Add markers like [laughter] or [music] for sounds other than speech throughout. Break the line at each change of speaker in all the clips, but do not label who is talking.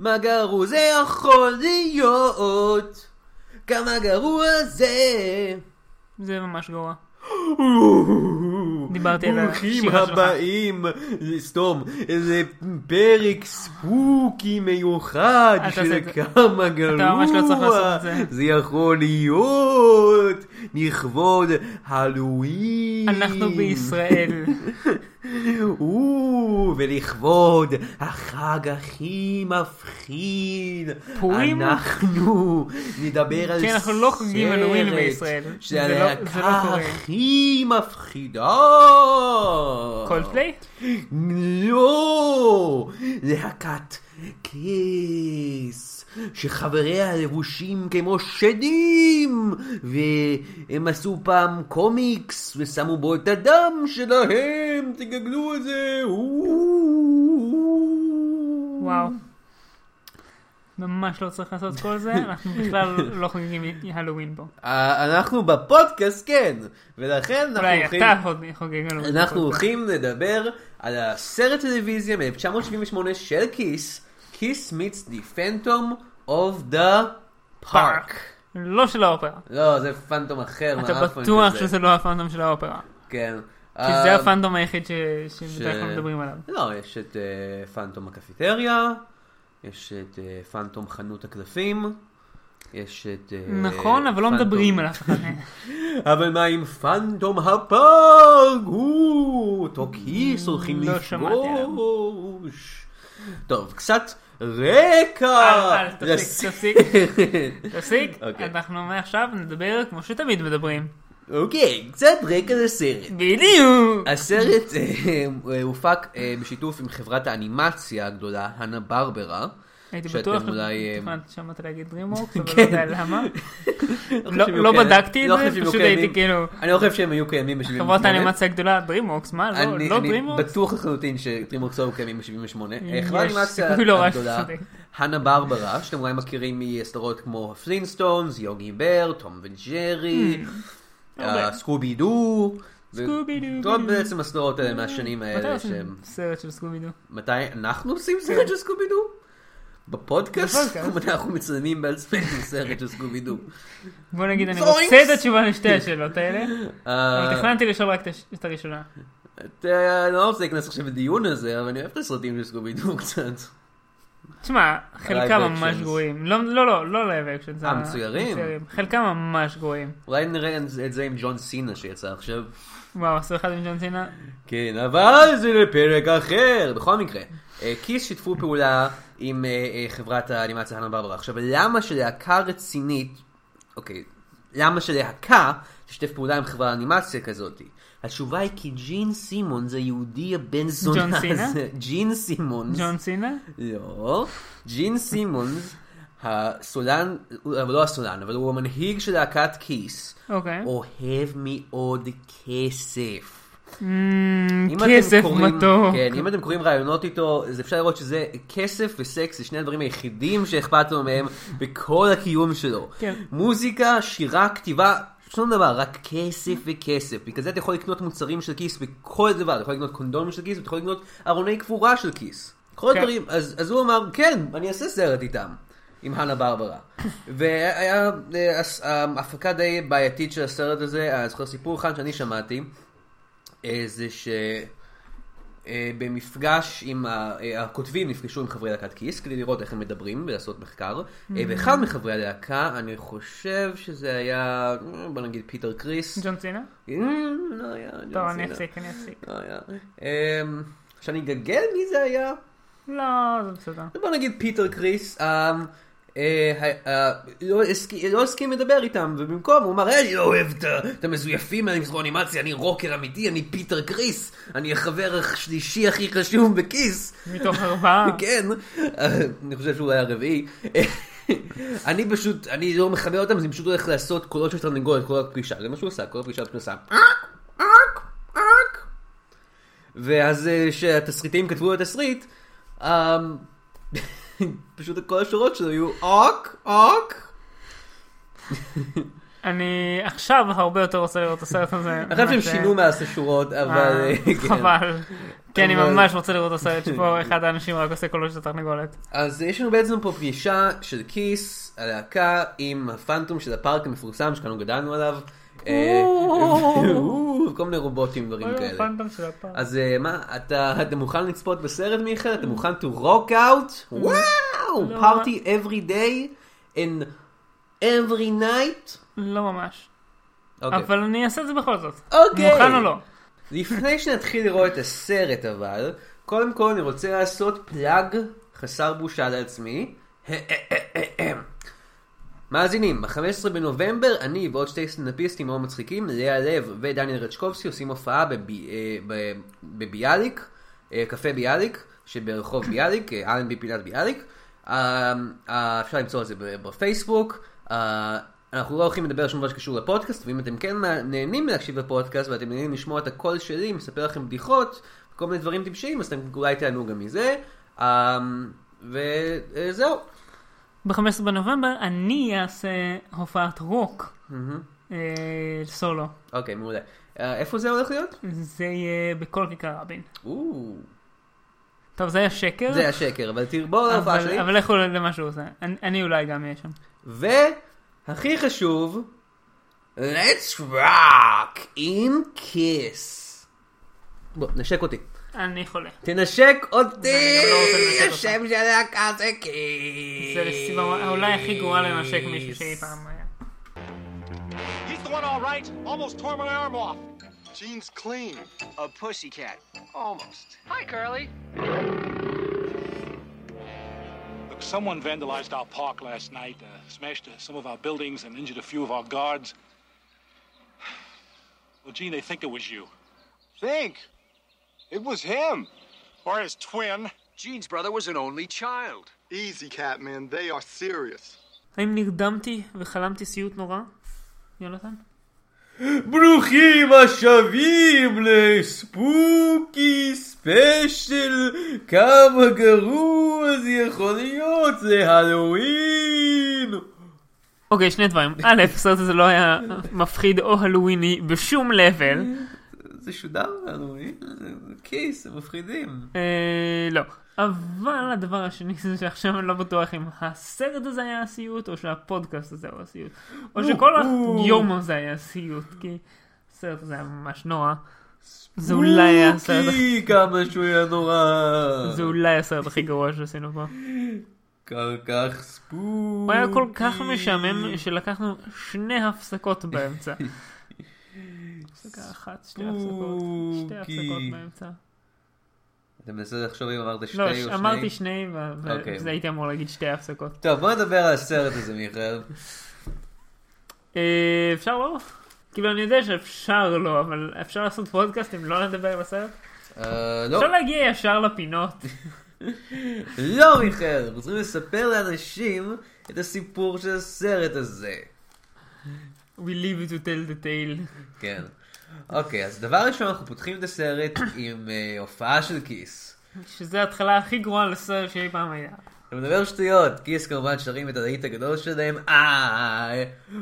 כמה גרוע זה יכול להיות, כמה גרוע זה.
זה ממש גרוע. דיברתי על
ברוכים
השירה שלך.
הבאים, סתום, איזה פרק ספוקי מיוחד
אל תעשה
של
את זה.
כמה גרוע.
אתה ממש לא צריך לעשות את זה.
זה יכול להיות לכבוד הלואין.
אנחנו בישראל.
[laughs] או, ולכבוד החג הכי מפחיד,
פורים?
אנחנו נדבר על
כן, אנחנו לא חוגגים
סרט
הלואוין בישראל.
שזה
זה לא- זה לא
הלהקה
קורה.
הכי מפחידה.
קולדפליי?
לא! להקת כיס, שחבריה לבושים כמו שדים, והם עשו פעם קומיקס ושמו בו את הדם שלהם, תגגלו את זה!
וואו. ממש לא צריך לעשות כל זה,
[laughs]
אנחנו בכלל לא חוגגים הלואוין פה.
אה, אנחנו בפודקאסט כן, ולכן אנחנו
אולי
הולכים-
אתה חוג- חוגג הלואוין.
אנחנו הולכים לדבר על הסרט טלוויזיה מ-1978 של כיס, כיס מיץ די פנטום אוף דה פארק.
לא של האופרה.
לא, זה פנטום אחר.
אתה
מהאפון
בטוח
כזה.
שזה לא הפאנטום של האופרה.
כן.
כי זה הפאנטום היחיד ש- שבדרך
ש-
כלל מדברים עליו.
לא, יש את אה, פאנטום הקפיטריה, יש את אה, פאנטום חנות הקלפים, יש את... אה,
נכון, אבל לא
פאנטום-
מדברים עליו.
אבל מה עם פנטום הפארק? הוא, אותו כיס הולכים
לא שמעתי
לפגוש. טוב, קצת [laughs] רקע.
אל, אל, תפסיק,
לס-
אה,
[laughs]
תפסיק. תפסיק,
אה, אוקיי.
אנחנו מעכשיו נדבר כמו שתמיד מדברים.
אוקיי, קצת רקע לסרט.
בדיוק!
הסרט אה, אה, הופק אה, בשיתוף עם חברת האנימציה הגדולה, הנה ברברה.
הייתי
שאתם
בטוח
אולי, אה,
שתכננתי שמעת להגיד DreamWorks, [laughs] אבל
כן.
לא יודע למה. לא-
חושב
לא
שהיו
בדקתי
לא
את
חושב
זה,
שהיו
פשוט
קיימים.
הייתי כאילו,
אני לא חושב שהם היו קיימים ב-78.
חברות האנימציה הגדולה, DreamWorks, מה? לא
אני,
לא
אני
DreamWorks?
בטוח לחלוטין שטרימורקס היו קיימים ב-78.
יש
חברת
[laughs]
האנימציה
סיכוי לא רע
הגדולה,
שתצודק.
הנה ברברה, שאתם אולי מכירים מסדרות כמו הפלינסטונס, יוגי בר, תום וג'רי,
אוקיי.
אה, סקובי דו. [laughs] ו-
סקובי דו.
כל
[laughs]
בעצם הסדרות האלה מהשנים
מתי
האלה שהם...
עושים סרט של סקובידו?
מתי אנחנו עושים סרט של סקובי דו? בפודקאסט? [laughs]
בפודקאסט.
מתי אנחנו מצלמים בעצמנו סרט של סקובי
[laughs]
דו?
בוא נגיד, אני
זוינקס.
רוצה את התשובה לשתי
[laughs]
השאלות האלה, אבל
אה,
תכננתי לשאול רק את הש- את הראשונה.
אתה- אני לא רוצה להיכנס עכשיו לדיון הזה, אבל אני אוהב את הסרטים של סקובי דו [laughs] קצת.
תשמע, חלקם ממש
actions.
גרועים. לא, לא, לא, לא לייב אקשן.
אה, מצוירים?
חלקם ממש גרועים.
אולי נראה את זה עם ג'ון סינה שיצא עכשיו.
וואו, עשו אחד עם ג'ון
[laughs]
סינה?
כן, אבל זה לפרק אחר. בכל מקרה, אה, כיס שיתפו פעולה עם אה, אה, חברת האנימציה הנה ברברה. עכשיו, למה שלהקה רצינית, אוקיי, למה שלהקה תשתף פעולה עם חברת אנימציה כזאת? התשובה היא כי ג'ין סימון זה יהודי הבן זונה
ג'ון סינה?
הזה. ג'ין סימון.
ג'ון סינה?
לא, ג'ין סימונס, הסולן, אבל לא הסולן, אבל הוא המנהיג של להקת כיס,
אוקיי.
אוהב מאוד כסף.
אמ,
אם אתם
כסף
קוראים-
מתוק.
כן, אם אתם קוראים רעיונות איתו, אז אפשר לראות שזה כסף וסקס, זה שני הדברים היחידים שאכפת לו מהם בכל הקיום שלו.
כן.
מוזיקה, שירה, כתיבה, שום דבר, רק כסף וכסף. בגלל זה אתה יכול לקנות מוצרים של כיס בכל דבר, אתה יכול לקנות קונדומים של כיס, ואתה יכול לקנות ארוני קבורה של כיס. כל
כן.
הדברים, אז, אז הוא אמר, כן, אני אעשה סרט איתם. עם הנה
[laughs]
ברברה. והיה אה, הס- ההפקה די בעייתית של הסרט הזה, אני זוכר סיפור אחד שאני שמעתי, אה, זה שבמפגש עם ה- אה, הכותבים נפגשו עם חברי להקת כיס כדי לראות איך הם מדברים ולעשות מחקר.
Mm-hmm.
אה, ואחד מחברי הלהקה, אני חושב שזה היה, אה, בוא נגיד פיטר קריס.
ג'ון סינה?
אה, לא היה, אני
טוב,
לא
אני
יודע.
אפסיק, אני אפסיק.
לא היה. אה, שאני אגגל מי זה היה?
לא, זה בסדר.
בוא נגיד פיטר קריס, אה, אה, אה, לא הסכי- לא הסכים לדבר איתם, ובמקום הוא אמר, "אה, אני לא אוהב את ה- את המזויפים האלה מסרון אנימציה, אני רוקר אמיתי, אני פיטר קריס, אני החבר השלישי הכי חשוב בכיס.
מתוך ארבעה.
כן, אה, אני חושב שהוא היה הרביעי. אני פשוט, אני לא מכבד אותם, אז אני פשוט הולך לעשות קולות של תרנגולת, כל הפגישה, זה מה שהוא עשה, כל הפגישה פשוט עשה. "אק, אק, אק". ואז אה, כשהתסריטאים כתבו את התסריט, אה, פשוט כל השורות שלו היו אוק, אוק.
אני
[laughs]
עכשיו הרבה יותר רוצה לראות את הסרט הזה.
אני חושב שהם
ממה ש-
שינו מאז את השורות,
אה,
אבל... אה, כן.
חבל. כי אני
אבל-
ממש רוצה לראות את הסרט שבו אחד האנשים רק עושה קולות של תרנגולת.
אז יש לנו בעצם פה פגישה של כיס, הלהקה, עם הפנטום של הפארק המפורסם שכאנו גדלנו עליו. אה, [laughs] כל מיני רובוטים דברים
אוי,
כאלה.
הפנטום של הפעם.
אז אה, מה, אתה, אתה מוכן לצפות בסרט מיכאל? אתה מוכן to rock out? וואו!
Mm. לא.
party every day and every night?
לא ממש.
אוקיי.
אבל אני אעשה את זה בכל זאת.
אוקיי.
מוכן או לא?
לפני שנתחיל לראות את הסרט אבל, קודם כל אני רוצה לעשות פלאג חסר בושה לעצמי. מאזינים, ב-15 בנובמבר אני ועוד שתי סטנדאפיסטים מאוד מצחיקים, לאה לב ודניאל רצ'קובסקי עושים הופעה בבי- אה, ב- בביאליק, אה, קפה ביאליק, שברחוב ביאליק, אה, אלנבי פינת ביאליק. אה, אה, אפשר למצוא את זה ב- בפייסבוק. אה, אנחנו לא הולכים לדבר על שום דבר שקשור לפודקאסט, ואם אתם כן נהנים להקשיב לפודקאסט ואתם נהנים לשמוע את הקול שלי, מספר לכם בדיחות, כל מיני דברים טיפשיים, אז אתם אולי תענו גם מזה. אה, וזהו.
ב-15 בנובמבר אני אעשה הופעת רוק אה, סולו.
אוקיי, מעולה. אה, איפה זה הולך להיות?
זה יהיה בכל כיכר רבין.
או,
טוב, זה היה שקר.
זה השקר, אבל תראו, בואו להופעה שלי.
אבל אבל לכו למה שהוא עושה. אני- אני אולי גם אהיה שם.
והכי חשוב, let's rock עם כיס. בוא, נשק אותי.
אני חולה.
תנשק אותי,
לא רוצה לנשק אותך.
השם של להקה זה כיס.
זה הסיבה אולי הכי גרועה לנשק מישהו שאי פעם היה.
He's the one all right. Almost tore my arm off.
Jeans clean. A pussycat. Almost.
Hi, Curly.
Look, someone vandalized our park last night, uh, smashed uh, some of our buildings, and injured a few of our guards. [sighs] Well, Gene, they think it was you.
Think. It was him.
Or his twin.
Jean's brother was an only child. Easy, Catman. They are serious.
האם נרדמתי וחלמתי סיוט נורא? יונתן?
ברוכים השבים לספוקי ספיישל, כמה גרוע זה יכול להיות, זה הלואוין.
אוקיי, שני [laughs] דברים. א', הסרט הזה לא היה מפחיד או הלוויני בשום level.
זה שודר הלואוין, זה כיס, הם מפחידים.
אה, לא. אבל הדבר השני זה שעכשיו אני לא בטוח אם הסרט הזה היה הסיוט, או שהפודקאסט הזה הוא הסיוט. או שכל היום הזה היה הסיוט, כי הסרט הזה היה ממש נורא. זה אולי היה הסרט הכי-
אוקי, כמה שהוא היה נורא.
זה אולי הסרט הכי גרוע שעשינו פה.
כל כך ספוקי.
הוא היה כל כך משעמם שלקחנו שני הפסקות באמצע. הפסקה אחת, שתי הפסקות, שתי הפסקות
ספוקי.
באמצע.
אתה מנסה לחשוב אם אמרת שתי
לא,
או שני?
אמרתי שני, ו-
אוקיי.
וזה הייתי אמור להגיד שתי הפסקות.
טוב, בוא נדבר על הסרט הזה,
[laughs]
מיכאל.
אה, אפשר לא? כאילו אני יודע שאפשר לא, אבל אפשר לעשות פודקאסט אם לא נדבר על הסרט?
אה, לא.
אפשר להגיע ישר לפינות.
לא, מיכאל, אנחנו צריכים לספר לאנשים את הסיפור של הסרט הזה.
We live to tell the tale.
כן. אוקיי, אז דבר ראשון, אנחנו פותחים את הסרט עם אה, הופעה של כיס.
שזה ההתחלה הכי גרועה לסרט שאי פעם היה.
אתה מדבר שטויות, כיס כמובן שרים את הלהיט הגדול שלהם, I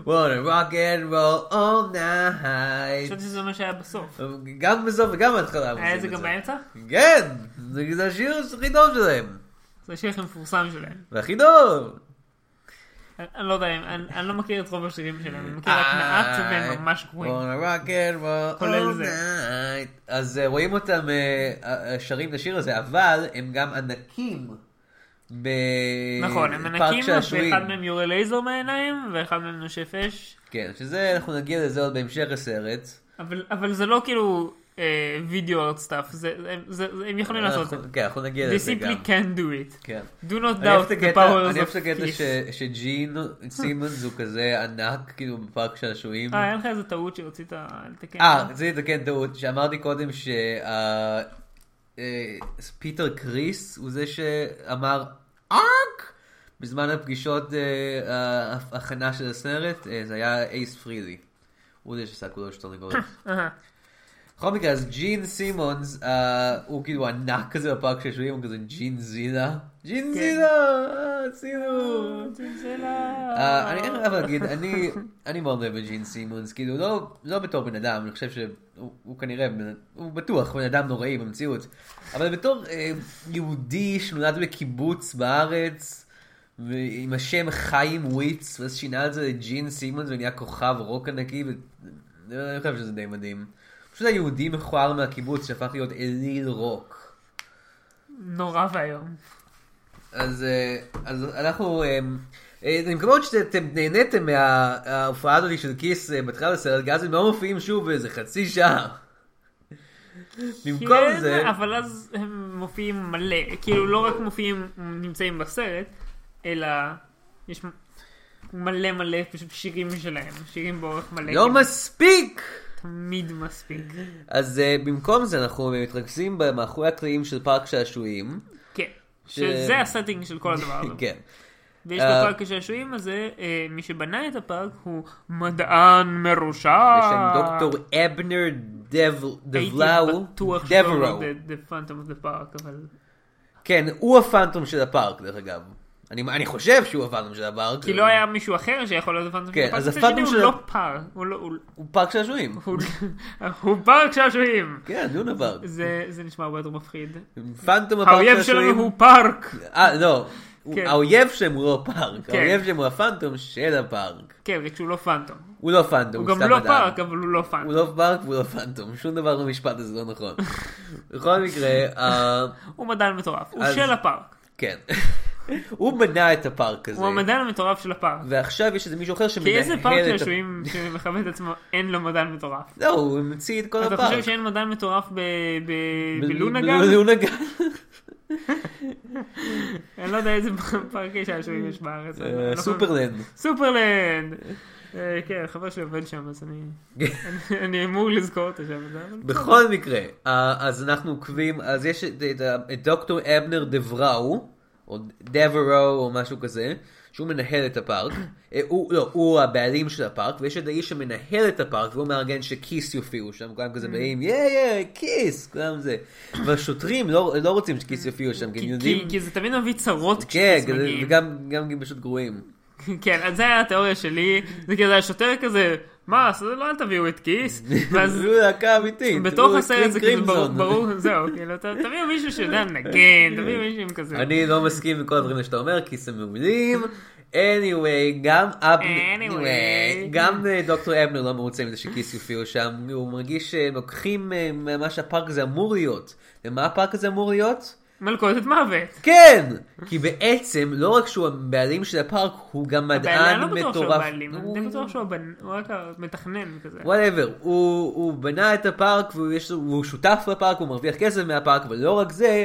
wanna rock and roll all night.
חשבתי שזה מה שהיה בסוף.
גם בסוף וגם בהתחלה. הם
היה
עושים
את אה, זה
את
גם באמצע?
כן, זה זה השיר הכי טוב שלהם.
זה השיר הכי מפורסם שלהם.
והכי טוב.
אני אני לא יודע, אני אני לא מכיר את רוב השירים שלהם, אני מכיר אוקיי, רק
אה,
מעט והם ממש גרועים.
wanna rock and roll
כולל
all
זה.
night. אז אה, רואים אותם אה, אה, שרים את השיר הזה, אבל הם גם ענקים.
נכון, הם ענקים,
שעשועים.
ואחד מהם יורה לייזר מהעיניים, ואחד מהם נושף אש.
כן, שזה, אנחנו נגיע לזה עוד בהמשך הסרט.
אבל, אבל זה לא כאילו וידאו ארט סטאף, הם יכולים לעשות את זה.
אנחנו- כן, אנחנו נגיע
They
לזה גם.
simply can do it.
כן.
Do not
אני אוהב
doubt
את
the
הקטע- אני
powers
אוהב
of
את הקטע
peace.
ש- שג'ין סימונס הוא כזה ענק, כאילו בפארק שעשועים.
אה, היה לך איזה טעות שרצית לתקן?
אה, רציתי לתקן טעות, שאמרתי קודם שפיטר קריס הוא זה שאמר ארק בזמן הפגישות אה, ההכנה של הסרט, אה, זה היה אייס פרילי. הוא זה שעשה כולו של
[laughs]
תרנגולת.
אהה.
בכל מקרה, אז ג'ין סימונס, אה, הוא כאילו ענק כזה בפארק של שויים, הוא כזה ג'ין זילה. ג'ינזילה, עשינו. אה, אני אין לי מה להגיד, אני- אני מאוד אוהב את ג'ין סימונס, כאילו לא- לא בתור בן אדם, אני חושב שהוא הוא כנראה, בן- הוא בטוח בן אדם נוראי במציאות, אבל בתור אה, יהודי שנולד בקיבוץ בארץ, ועם השם חיים וויץ, ואז שינה את זה לג'ין סימונס ונהיה כוכב רוק ענקי, ו- אני חושב שזה די מדהים. פשוט היהודי מכוער מהקיבוץ שהפך להיות אליל רוק.
נורא ואיום.
אז, אה, אז אנחנו, אה, אה, אני מקווה מאוד שאתם נהניתם מההופעה הזאת של כיס אה, בתחילת הסרט, כי אז הם לא מופיעים שוב איזה חצי שעה. במקום
כן,
זה,
אבל אז הם מופיעים מלא. כאילו, לא רק מופיעים, נמצאים בסרט, אלא יש מלא מלא פשוט שירים שלהם. שירים באורך מלא.
לא
כאילו,
מספיק!
תמיד מספיק.
אז אה, במקום זה אנחנו מתרכזים מאחורי הקלעים של פארק שעשועים.
כן.
ש-
שזה הסטינג של כל הדבר הזה.
כן.
ויש
אה,
בפארק השעשועים הזה, אה, מי שבנה את הפארק הוא מדען מרושע.
בשם דוקטור אבנר דב- דבלאו.
אה. הייתי בטוח לא
דברו.
שקוראים לו The Phantom of the Park, אבל...
כן, הוא הפאנטום של הפארק דרך אגב. אני אני חושב שהוא הפאנטום של הפארק.
כי לא היה מישהו אחר שיכול להיות הפאנטום של
כן,
הפארק.
אז
מצד
הפאנטום
שני
של
הוא
ה-
לא פארק, הוא לא... הוא-
הוא פארק שעשועים.
הוא- הוא פארק שעשועים.
כן, לונה פארק.
זה זה נשמע הרבה יותר מפחיד.
פנטום הפארק
האויב
שעשועים-
שלנו הוא פארק.
אה, לא. הוא-
כן.
האויב שם הוא לא פארק,
כן.
האויב שם הוא הפנטום של הפארק.
כן, רק שהוא לא פאנטום.
הוא לא פנטום,
הוא
הוא
גם
סתם
לא
אדם.
פארק, אבל הוא לא
הוא
פאנטום.
לא פארק והוא לא פנטום, שום דבר במשפט הזה לא נכון. בכל מקרה, אה,
הוא מדען מטורף. הוא
אז-
של הפארק.
כן. [laughs] הוא בנה את הפארק הזה,
הוא המדען המטורף של הפארק.
ועכשיו יש איזה מישהו אחר
כי
שמנהל
איזה
את
פארק
הפארק.
שעשועים שמכבד את עצמו אין לו מדען מטורף?
לא, הוא המציא את כל
אתה
הפארק.
חושב שאין מדען מטורף ב- ב- בלונה
ב-
גן?
בלונה גן.
אני לא יודע איזה פארקי שעשועים יש בארץ. אני לא-
אה, סופרלנד.
סופרלנד! אה, כן, חבר שלי עובד שם, אז
[laughs]
אני... אני- אני אמור לזכור אותו שם. אבל-
בכל מקרה, אה, אז אנחנו עוקבים, אז יש את- את ה- את דוקטור אבנר דבראו, או דברו או משהו כזה, שהוא מנהל את הפארק, אה, הוא, לא, הוא הבעלים של הפארק, ויש את האיש שמנהל את הפארק, והוא מארגן שכיס יופיעו שם, כולם
Mm.
כזה באים, יא יא, כיס, כולם זה. והשוטרים לא לא רוצים שכיס יופיעו שם, כי הם
כי-
יודעים,
כי- כי זה תמיד מביא צרות
כן,
כשכיס מגיעים.
וגם גם הם פשוט גרועים.
[laughs] כן, אז זה היה התיאוריה שלי. זה כזה השוטר כזה, מה, אז לא אל תביאו את
[laughs]
כיס. ואז
זו להקה אמיתית.
בתוך
הוא
הסרט זה כזה
קרינג
ברור,
קרימזון.
ברור, זהו, כאילו, ת- תביאו מישהו שיודע
[laughs]
לנגן, תביאו מישהו עם כזה.
אני לא מסכים עם כל הדברים שאתה אומר, כי זה מעולים. anyway, גם אבנר,
Anyway.
anyway, גם אה, דוקטור אבנר לא מרוצה מזה שכיס יופיעו שם, הוא מרגיש שהם לוקחים אה, ממה שהפארק הזה אמור להיות. ומה הפארק הזה אמור להיות?
מלכודת מוות.
כן! כי בעצם, לא רק שהוא הבעלים של הפארק, הוא גם
הבעלים,
מדען
אני לא בטוח שהוא
מטורף.
הבעלים, אני די בטוח שהוא הבנ- הוא רק המתכנן כזה.
וואטאבר, הוא, הוא בנה את הפארק והוא, יש, לו- והוא שותף בפארק, הוא מרוויח כסף מהפארק, אבל לא רק זה,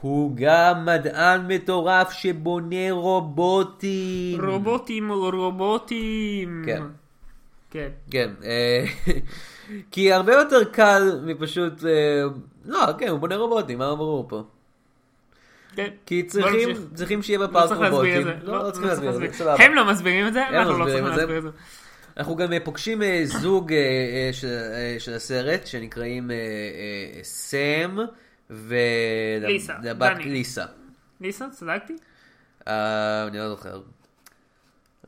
הוא גם מדען מטורף שבונה רובוטים.
רובוטים רובוטים.
כן.
כן.
כן, אה, [laughs] כי הרבה יותר קל מפשוט, אה, לא, כן, הוא בונה רובוטים, מה אמרו פה?
כן.
כי
בוא
צריכים,
נמשיך.
צריכים שיהיה
לא
בפארק
צריך להסביר את
רובוטים.
זה.
לא, לא צריכים להסביר את זה, סבבה.
הם לא מסבירים את זה,
הם
אנחנו לא
מסבירים
צריכים
את זה.
להסביר את זה.
אנחנו גם אה, פוגשים אה, זוג אה, אה, של- אה, של הסרט שנקראים אה, אה, סם
ליסה,
ולבת
דני.
ליסה.
ניסן, צדקתי?
אה, אני לא זוכר.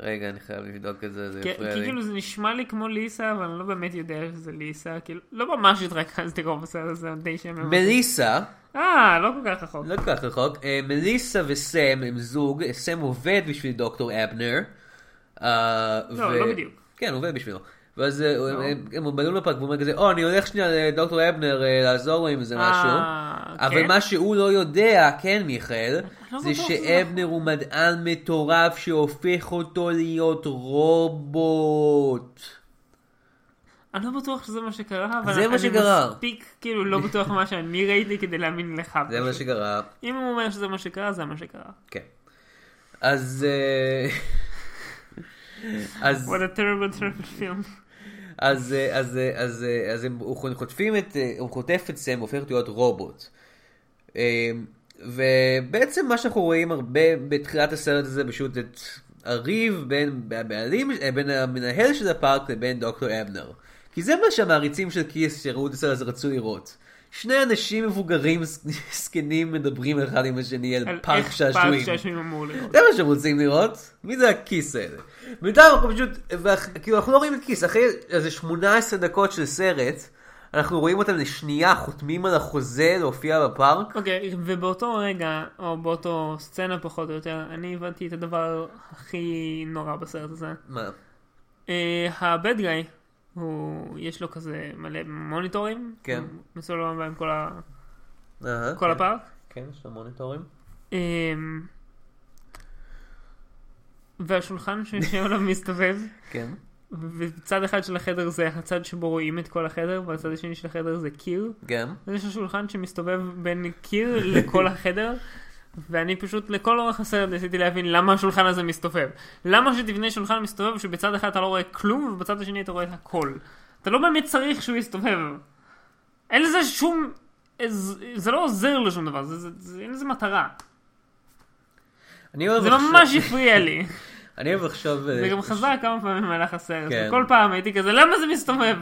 רגע, אני חייב לבדוק את זה, זה
כי כי
יפריע לי.
כאילו זה נשמע לי כמו ליסה, אבל אני לא באמת יודע שזה ליסה. כאילו, לא ממש התרכזתי כל בסרט הזה, די שם.
מליסה,
אה, לא כל כך רחוק.
לא כל כך רחוק, אה, מליסה וסם הם זוג, אה, סם עובד בשביל דוקטור אבנר. אה,
לא,
ו-
לא בדיוק. לא.
כן, הוא עובד בשבילו. ואז אה, הם- הם- הם בנו לפארק והוא אומר כזה, או, אני הולך שנייה לדוקטור אבנר אה, לעזור לו עם איזה משהו.
אה,
אבל
כן?
מה שהוא לא יודע, כן מיכאל,
לא
זה
בטוח שזה
שאבנר הוא מדען מטורף שהופך אותו להיות רובוט.
אני לא בטוח שזה מה שקרה, אבל
זה מה
אני
שקרה.
מספיק כאילו לא בטוח מה שאני ראיתי כדי להאמין לך.
זה מה
פשוט.
שקרה,
אם הוא אומר שזה מה שקרה, זה מה שקרה.
כן. אז... אה, [laughs] אז,
What a terrible terrible film.
אז, אה, אז, אה, אז, אה, אז הם הוא חוטפים את, אה, הוא חוטף את סם, הופך להיות רובוט. אה, ובעצם מה שאנחנו רואים הרבה בתחילת הסרט הזה, פשוט את הריב בין הבעלים, אה, בין המנהל של הפארק לבין דוקטור אבנר. כי זה מה שהמעריצים של כיס שראו את הסרט הזה רצו לראות. שני אנשים מבוגרים ז- [laughs] זקנים מדברים אחד עם השני על
על
פארק
איך
שעשועים.
פארק שעשועים אמור להיות.
זה מה שהם רוצים לראות, מי זה הכיס האלה? בינתיים אנחנו פשוט, ואח- כאילו אנחנו לא רואים את כיס, אחרי איזה 18 דקות של סרט, אנחנו רואים אותם לשנייה, חותמים על החוזה להופיע בפארק.
אוקיי, ובאותו רגע, או באותו סצנה פחות או יותר, אני הבנתי את הדבר הכי נורא בסרט הזה.
מה?
אה, הבד גאי, הוא, יש לו כזה מלא מוניטורים.
כן.
הוא מסולמן בהם כל, ה,
אהה,
כל
כן.
הפארק.
כן, יש לו מוניטורים.
אמ, והשולחן שיושב עליו מסתובב,
כן.
ובצד אחד של החדר זה הצד שבו רואים את כל החדר, והצד השני של החדר זה קיר.
גם.
אז יש לו שולחן שמסתובב בין קיר לכל החדר, ואני פשוט לכל אורך הסרט ניסיתי להבין למה השולחן הזה מסתובב. למה שתבנה שולחן מסתובב שבצד אחד אתה לא רואה כלום, ובצד השני אתה רואה את הכל. אתה לא באמת צריך שהוא יסתובב. אין לזה שום... זה- זה לא עוזר לשום דבר, זה, זה, זה, אין לזה מטרה.
אני אוהב
זה
לחשוב-
ממש הפריע לי.
אני אוהב לחשוב... אה,
זה גם חזר כמה פעמים במהלך הסרט.
כן.
וכל פעם הייתי כזה, למה זה מסתובב?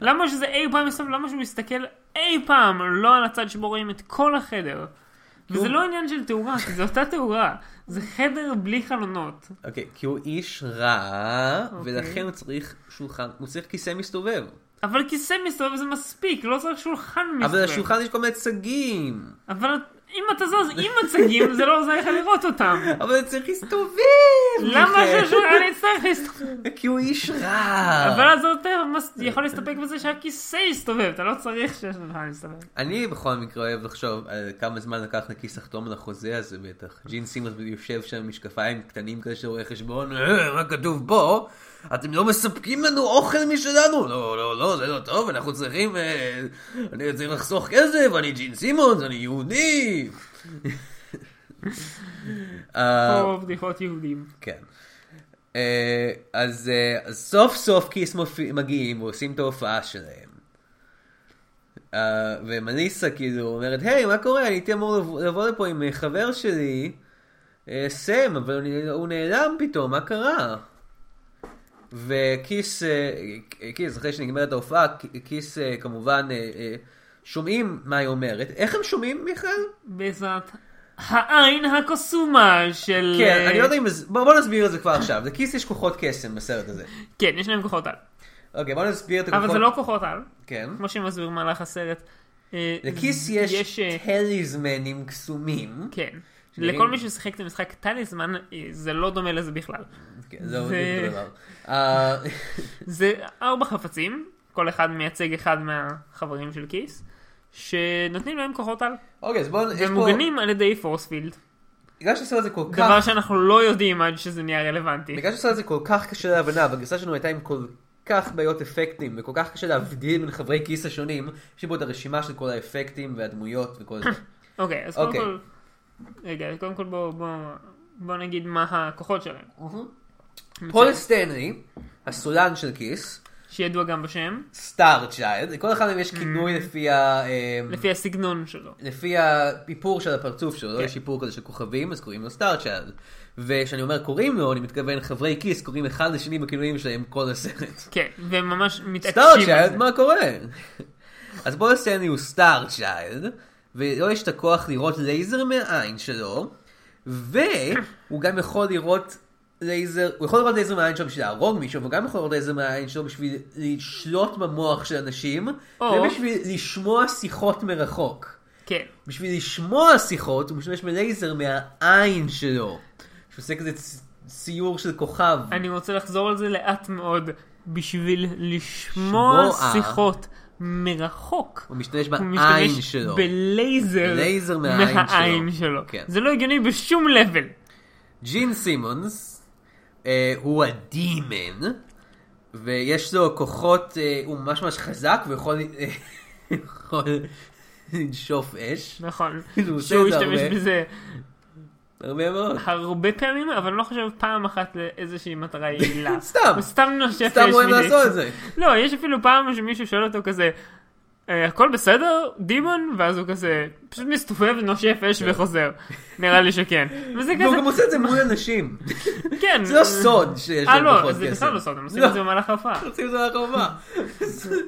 למה שזה אי פעם מסתובב? למה שהוא מסתכל אי פעם לא על הצד שבו רואים את כל החדר? וזה לא עניין של תאורה, כי זו אותה תאורה. זה חדר בלי חלונות.
אוקיי, כי הוא איש רע,
אוקיי.
ולכן הוא צריך שולחן, הוא צריך כיסא מסתובב.
אבל כיסא מסתובב זה מספיק, לא צריך שולחן מסתובב.
אבל לשולחן יש כל מיני צגים.
אבל אם אתה זוז עם מצגים, זה לא עוזר לך לראות
[laughs]
אותם.
אבל הוא צריך להסתובב.
למה
מיכאל.
שהשולחן יצטרך להסתובב?
כי הוא איש רע.
אבל אז אתה מס- יכול להסתפק בזה שהכיסא יסתובב, אתה לא צריך שהשולחן יסתובב.
אני בכל מקרה אוהב לחשוב על כמה זמן לקח לכיס לחתום על החוזה הזה בטח. ג'ין סימוס יושב שם עם משקפיים קטנים כאלה של רואה חשבון, "אה, מה כתוב פה? אתם לא מספקים לנו אוכל משלנו? לא, לא, לא, זה לא טוב, אנחנו צריכים... אה, אני צריך לחסוך כסף, אני ג'ין סימוס, אני יהודי. אה,
או בדיחות יהודים.
כן. אה, אז אה, אז סוף סוף כיס מופיע- מגיעים ועושים את ההופעה שלהם. אה, ומליסה כאילו אומרת, היי, מה קורה? אני הייתי אמור לבוא- לבוא לפה עם אה, חבר שלי, אה, סם, אבל הוא- הוא נעלם פתאום, מה קרה? וכיס, אה, אה, כיס, אחרי שנגמרת ההופעה, כ- כיס אה, כמובן אה, אה, שומעים מה היא אומרת. איך הם שומעים, מיכאל?
בעזרת העין הקוסומה של...
כן, אני לא יודע אם... זה- בוא בוא נסביר את זה כבר עכשיו. לכיס יש כוחות קסם בסרט הזה.
כן, יש להם כוחות על.
אוקיי, בוא נסביר את הכוחות.
אבל זה לא כוחות על,
כן.
כמו שמסביר במהלך הסרט. אה,
לכיס
זה-
יש,
אה,
טליזמנים קסומים.
כן.
שנראים-
לכל מי ששיחק את המשחק טליזמן, אה, זה לא דומה לזה בכלל.
כן, זה
זה-
אותו דבר. אה, [laughs]
זה ארבע חפצים, כל אחד מייצג אחד מהחברים של כיס, שנותנים להם כוחות על.
אוקיי, אז בואו...
הם מוגנים על ידי פורספילד,
בגלל שהסרט הזה כל
דבר
כך...
שאנחנו לא יודעים עד שזה נהיה רלוונטי.
בגלל שהסרט הזה כל כך קשה להבנה, והגרסה שלנו הייתה עם כל כך בעיות אפקטים, וכל כך קשה להבדיל בין חברי כיס השונים, יש לי פה את הרשימה של כל האפקטים והדמויות וכל
[laughs]
זה.
אוקיי, אז קודם
אוקיי.
כל... רגע, קודם כל בואו בוא, בוא נגיד מה הכוחות שלהם.
פול סטנלי, הסולן של כיס,
שידוע גם בשם,
אוקיי. סטאר צ'יילד, לכל אחד מהם יש
Mm.
כינוי לפי ה... אה,
לפי הסגנון שלו.
לפי האיפור של הפרצוף שלו, לא
כן.
יש איפור כזה של כוכבים, אז קוראים לו סטארצ'ארד. וכשאני אומר קוראים לו, אני מתכוון חברי כיס קוראים אחד לשני בכינויים שלהם כל הסרט.
כן, והם ממש מתעקשים על
סטארצ'יילד,
זה.
מה קורה? אז בואו נסיים הוא סטארצ'יילד, ולא יש את הכוח לראות לייזר מהעין שלו, והוא גם יכול לראות לייזר, הוא יכול לראות לייזר מהעין שלו בשביל להרוג מישהו, אבל הוא גם יכול לראות לייזר מהעין שלו בשביל לשלוט במוח של אנשים,
או-
ובשביל לשמוע שיחות מרחוק.
כן,
בשביל לשמוע שיחות הוא משתמש בלייזר מהעין שלו. שעושה כזה צ- ציור של כוכב.
אני רוצה לחזור על זה לאט מאוד, בשביל לשמוע
שמוע.
שיחות מרחוק.
הוא משתמש
הוא
בעין
משתמש
שלו.
בלייזר
לייזר מהעין שלו.
שלו.
כן.
זה לא הגיוני בשום לבל.
ג'ין סימונס אה, הוא הדימן, ויש לו כוחות, אה, הוא ממש ממש חזק ויכול אה, [laughs] יכול לנשוף אש.
נכון.
[laughs] הוא עושה
שהוא
את זה
השתמש
הרבה.
בזה
הרבה מאוד.
הרבה פעמים, אבל אני לא חושב פעם אחת לאיזושהי
[laughs]
מטרה יעילה.
סתם.
הוא סתם נושף
סתם
אש
אוהב
מדי. [laughs]
לעשות את זה.
לא, יש אפילו פעם שמישהו שואל אותו כזה, אה, הכל בסדר, דימון, ואז הוא כזה, פשוט מסתובב, נושף אש
כן.
וחוזר. נראה לי שכן. וזה
והוא גם
כזה,
עושה את זה מול
[laughs]
אנשים.
כן.
לא, זה לא סוד שיש
אה,
להם
לא,
פחות כסף.
זה בכלל לא סוד, הם עושים את זה במהלך ההופעה.
עושים את זה לקרובה.
[laughs]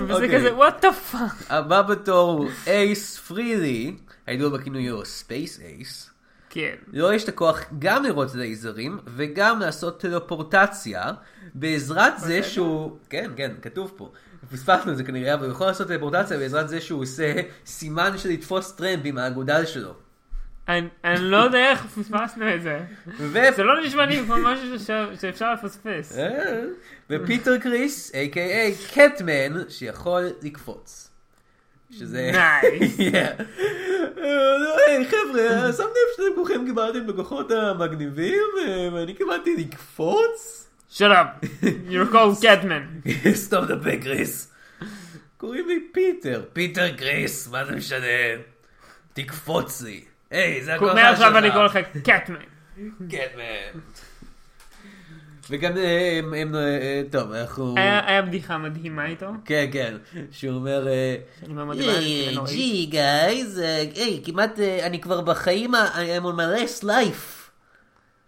וזה
אוקיי.
כזה, וואט דה פאק.
הבא בתור הוא אייס פרילי, הידוע בכינויו ספייס אייס.
כן.
לו יש את הכוח גם לראות לייזרים וגם לעשות טלפורטציה בעזרת זה
אוקיי.
שהוא... כן, כן, כתוב פה. פספסנו את זה כנראה, אבל הוא יכול לעשות טלפורטציה בעזרת זה שהוא עושה סימן של לתפוס טרמפ עם האגודל שלו.
אני אני לא יודע איך פספסנו את זה.
ו...
זה לא נשמע לי כמו משהו שאפשר- שאפשר לפספס.
אה, ופיטר קריס, a.k.a. קטמן, שיכול לקפוץ. שזה...
Nice.
Yeah. אה, היי חבר'ה, שם לב שאתם כולכם קיבלתם בכוחות המגניבים, אה, ואני קיבלתי לקפוץ? [laughs]
shut up, you're called Catman.
סתום את הפה קריס. קוראים לי פיטר. פיטר קריס, מה זה משנה? תקפוץ לי. היי, [laughs] זה לא הכוח שלך.
מעכשיו אני קורא לך Catman.
קטמן. וגם אה, הם, הם, אה, טוב, אנחנו...
היה היה בדיחה מדהימה איתו.
כן, כן, שהוא אומר, אה,
אני מאוד
"אה,
הבנתי, ונוראית."
ג'י גייז, אה, היי, כמעט, אה, אני כבר בחיים, ה- I'm on my last life.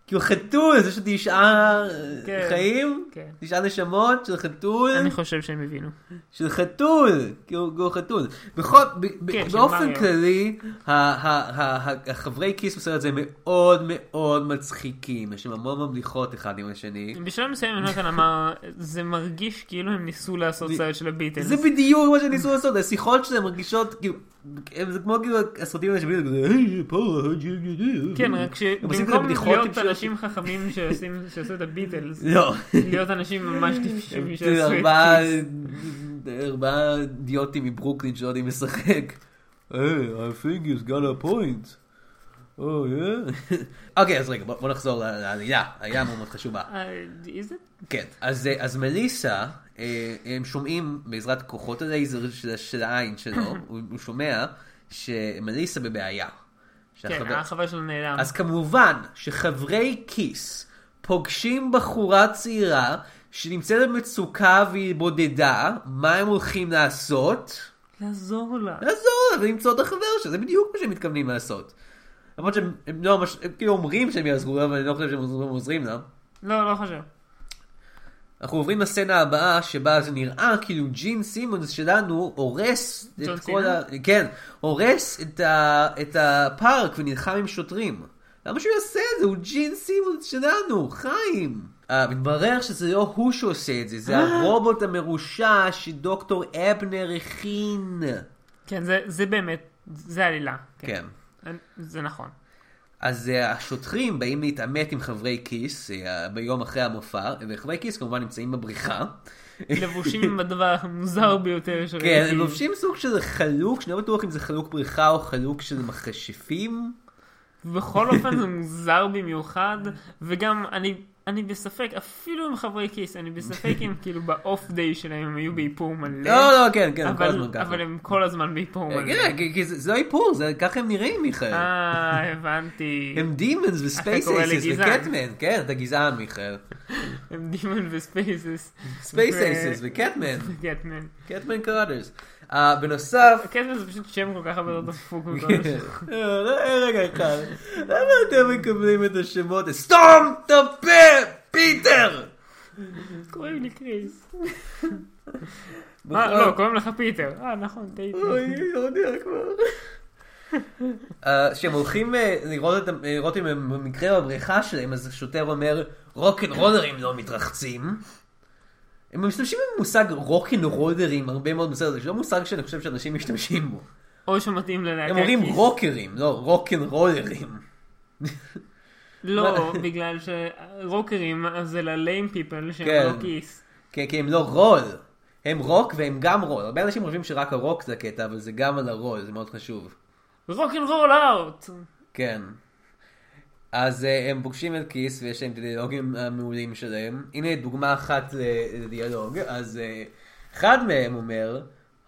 כאילו חתול, זה שתשעה אה,
כן,
חיים,
כן.
תשעה נשמות של חתול,
אני חושב שהם הבינו.
של חתול, כאילו כאילו חתול. בכל, ב- ב-
כן, של
באופן
מריו.
כללי, ה- ה- ה- ה- החברי כיס בסרט הזה מאוד מאוד מצחיקים, יש להם המון ממליחות אחד עם השני.
בשלב מסוים יונתן אמר, זה מרגיש כאילו הם ניסו לעשות
זה-
סרט של הביטלס.
זה בדיוק מה שניסו לעשות, השיחות שלהם מרגישות כאילו, הם- זה כמו כאילו הסרטים האלה שבדיוק, היי, פה,
כן, רק
הם עושים כזה
שבמקום
בדיחות
להיות
טיפשיות.
אנשים חכמים שעושים- שעשו את הביטלס,
[laughs] לא,
להיות אנשים ממש טיפשים
זה
שעשו את
ארבעה-
כיס.
ארבעה אידיוטים מברוקלין שלא יודעים לשחק. היי, I think he's got a point. Oh, yeah. [laughs] אוקיי, אז רגע, בוא בוא נחזור ל- לעלילה, העלילה מאוד מאוד חשובה.
אה, is it?
כן, אז, אה, אז מליסה, אה, הם שומעים בעזרת כוחות הלייזר של, של העין שלו, הוא, הוא שומע שמליסה בבעיה.
כן,
שהחבר-
החבר שלו נעלם.
אז כמובן שחברי כיס פוגשים בחורה צעירה שנמצאת במצוקה והיא בודדה, מה הם הולכים לעשות?
לעזור לה.
לעזור לה ולמצוא את החבר שלה, זה בדיוק מה שהם מתכוונים לעשות. למרות שהם הם לא ממש, הם כאילו אומרים שהם יעזרו לה, אבל אני לא חושב שהם עוזרים- עוזרים לה.
לא, לא חושב.
אנחנו עוברים לסצנה הבאה שבה זה נראה כאילו ג'ין סימונס שלנו הורס
ג'ון
את כל ה... כן, הורס את, ה... את הפארק ונלחם עם שוטרים. למה שהוא יעשה את זה? הוא ג'ין סימונס שלנו, חיים. אה, מתברר שזה לא הוא שעושה את זה, זה
אה.
הרובוט המרושע שדוקטור אבנר הכין.
כן, זה- זה באמת, זה עלילה.
כן.
אני- זה נכון.
אז אה, השוטרים באים להתעמת עם חברי כיס אה, ביום אחרי המופע, וחברי כיס כמובן נמצאים בבריכה.
לבושים בדבר המוזר ביותר שראיתי.
כן, הם לובשים סוג של חלוק, שאני לא בטוח אם זה חלוק בריכה או חלוק של מכשפים.
אה? בכל אופן זה מוזר במיוחד, וגם אני... אני בספק, אפילו עם חברי כיס, אני בספק אם כאילו באוף דיי שלהם הם היו באיפור מלא.
לא, לא, כן, כן, הם כל
אבל,
הזמן ככה.
אבל הם כל הזמן באיפור
אה,
מלא.
כן, כי- כי זה זה לא איפור, זה- ככה הם נראים, מיכאל.
אה, הבנתי.
הם דימונס וספייס
קורא לי
אייסס
גזען.
וקטמן, כן, אתה גזען, מיכאל.
הם דימון וספייסס.
ספייס
אוקיי.
אייסס וקטמן,
וקטמן.
קטמן קראדרס. אה, בנוסף...
[laughs] קטמן זה פשוט שם כל כך הרבה
[laughs]
יותר דפוק.
כן.
מכל השאר.
אה, רגע אחד, למה אתם מקבלים את השמות? סתום את הפה, פיטר!
קוראים לי קריס. אה, לא, קוראים לך פיטר. אה, נכון, טעיתי.
אוי, לא יודע כבר. אה, שהם הולכים אה, לראות את ה- אה, לראות אם הם במקרה בבריכה שלהם, אז השוטר אומר, רוקנרולרים לא מתרחצים. הם משתמשים במושג רוקנרולרים הרבה מאוד בסרט, זה לא מושג שאני חושב שאנשים משתמשים בו.
או שמתאים ללהקה.
הם אומרים
כיס.
רוקרים, לא רוקנרולרים.
לא, בגלל שרוקרים אז זה לליים פיפל שהם
כן.
לא כיס.
כן, כי הם לא רול. הם רוק והם גם רול. הרבה אנשים חושבים שרק הרוק זה הקטע, אבל זה גם על הרול, זה מאוד חשוב.
רוק אנד רול אאוט!
כן. אז uh, הם פוגשים את כיס ויש להם את הדיאלוגים המעולים שלהם. הנה דוגמה אחת ל- לדיאלוג. אז uh, אחד מהם אומר,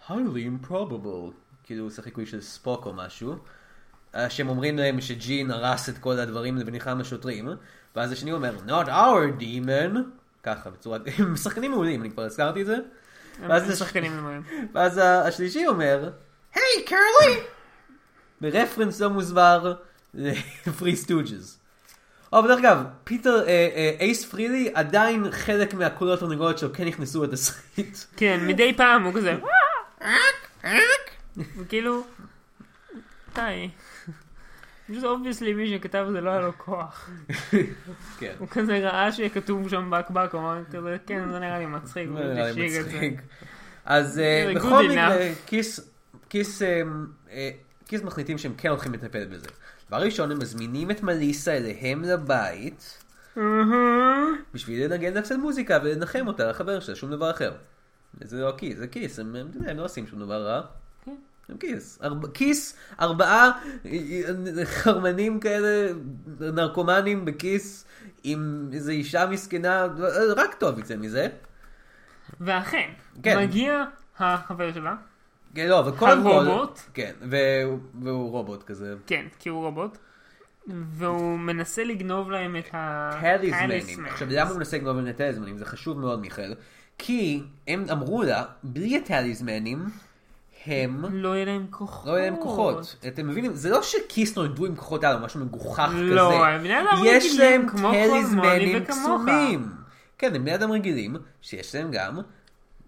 highly improbable, כאילו זה חיקוי של ספוק או משהו. אה, שהם אומרים להם שג'ין הרס את כל הדברים ונלחם בשוטרים. ואז השני אומר, not our demon. ככה, בצורה... הם שחקנים מעולים, אני כבר הזכרתי את זה. ואז
הם
יש-
שחקנים ממורים.
ואז ה- השלישי אומר, היי קרלי! ברפרנס לא מוסבר [laughs] לפרי סטוג'ס. או, בדרך אגב, פיטר, אה, אה, אייס פרילי עדיין חלק מהקולות התרנגולות שלו כן נכנסו לתסריט.
כן, מדי פעם הוא כזה, וכאילו, די. פשוט אובייסלי מי שכתב זה לא היה לו כוח.
כן.
הוא כזה ראה שכתוב שם בקבק, הוא אמר כזה, כן, זה נראה לי מצחיק. הוא
לא נראה לי
השיג את זה.
מצחיק. אז אה,
זה
בכל
good
מקרה,
enough.
כיס, כיס, אה, אה, כיס מחליטים שהם כן הולכים לטפל בזה. דבר ראשון, הם מזמינים את מליסה אליהם לבית,
אהה.
בשביל לנגן לה קצת מוזיקה ולנחם אותה לחבר שלה, שום דבר אחר. זה לא כיס, זה כיס, הם, הם, אתה יודע, הם לא עושים שום דבר רע.
כן.
הם כיס. ארבע, כיס, ארבעה אה, אה, חרמנים כאלה, נרקומנים בכיס, עם איזו אישה מסכנה, אה, רק טוב יצא מזה.
ואכן,
כן.
מגיע החבר שלה,
כן, לא, אבל קודם כל...
הרובוט?
כן, והוא, והוא רובוט כזה.
כן, כי הוא רובוט, והוא מנסה לגנוב להם את ה...
טליזמנים.
talismans.
עכשיו, למה הוא מנסה לגנוב להם את הטליזמנים? זה חשוב מאוד, מיכאל. כי הם אמרו לה, בלי הטליזמנים, הם...
לא יהיה להם כוחות.
לא יהיה להם כוחות. אתם מבינים? זה לא שכיס נולדו עם כוחות על או משהו מגוחך כזה.
לא, הם בני אדם
יש
רגילים,
להם
כמו כל מוני
טליזמנים
וכמוך.
קסומים. כן, הם בני אדם רגילים, שיש להם גם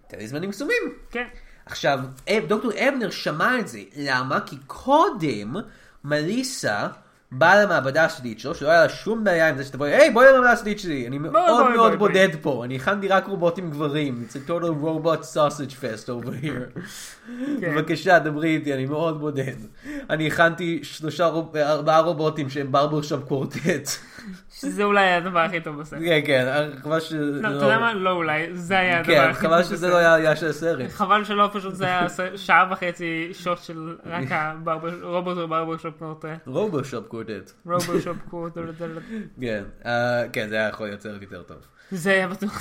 טליזמנים קסומים.
כן.
עכשיו, אב- דוקטור אבנר שמע את זה, למה? כי קודם מליסה באה למעבדה הסודית שלו, שלא היה לה שום בעיה עם זה שתבואי, היי בואי למעבדה הסודית שלי, אני מאוד
בואי,
מאוד
בואי,
בודד פה, אני הכנתי רק רובוטים גברים, it's a total robot sausage fest over here.
כן.
בבקשה, דברי איתי, אני מאוד בודד. אני הכנתי שלושה, רוב- ארבעה רובוטים שהם ברבר שם קוורטט. [laughs]
שזה אולי היה הדבר הכי טוב בסרט.
כן, כן, חבל ש...
לא, אתה יודע מה? לא אולי, זה היה הדבר
כן,
הכי טוב
חבל שזה
בסרט.
לא היה היה של הסרט.
חבל שלא פשוט זה היה ס- שעה וחצי שוט של רק הרובוט וברברשופ אה, קורטה.
רובושופ קוורטט.
רובושופ קורטה.
כן, אה, כן, זה היה יכול להיות סרט יותר טוב.
זה היה בטוח.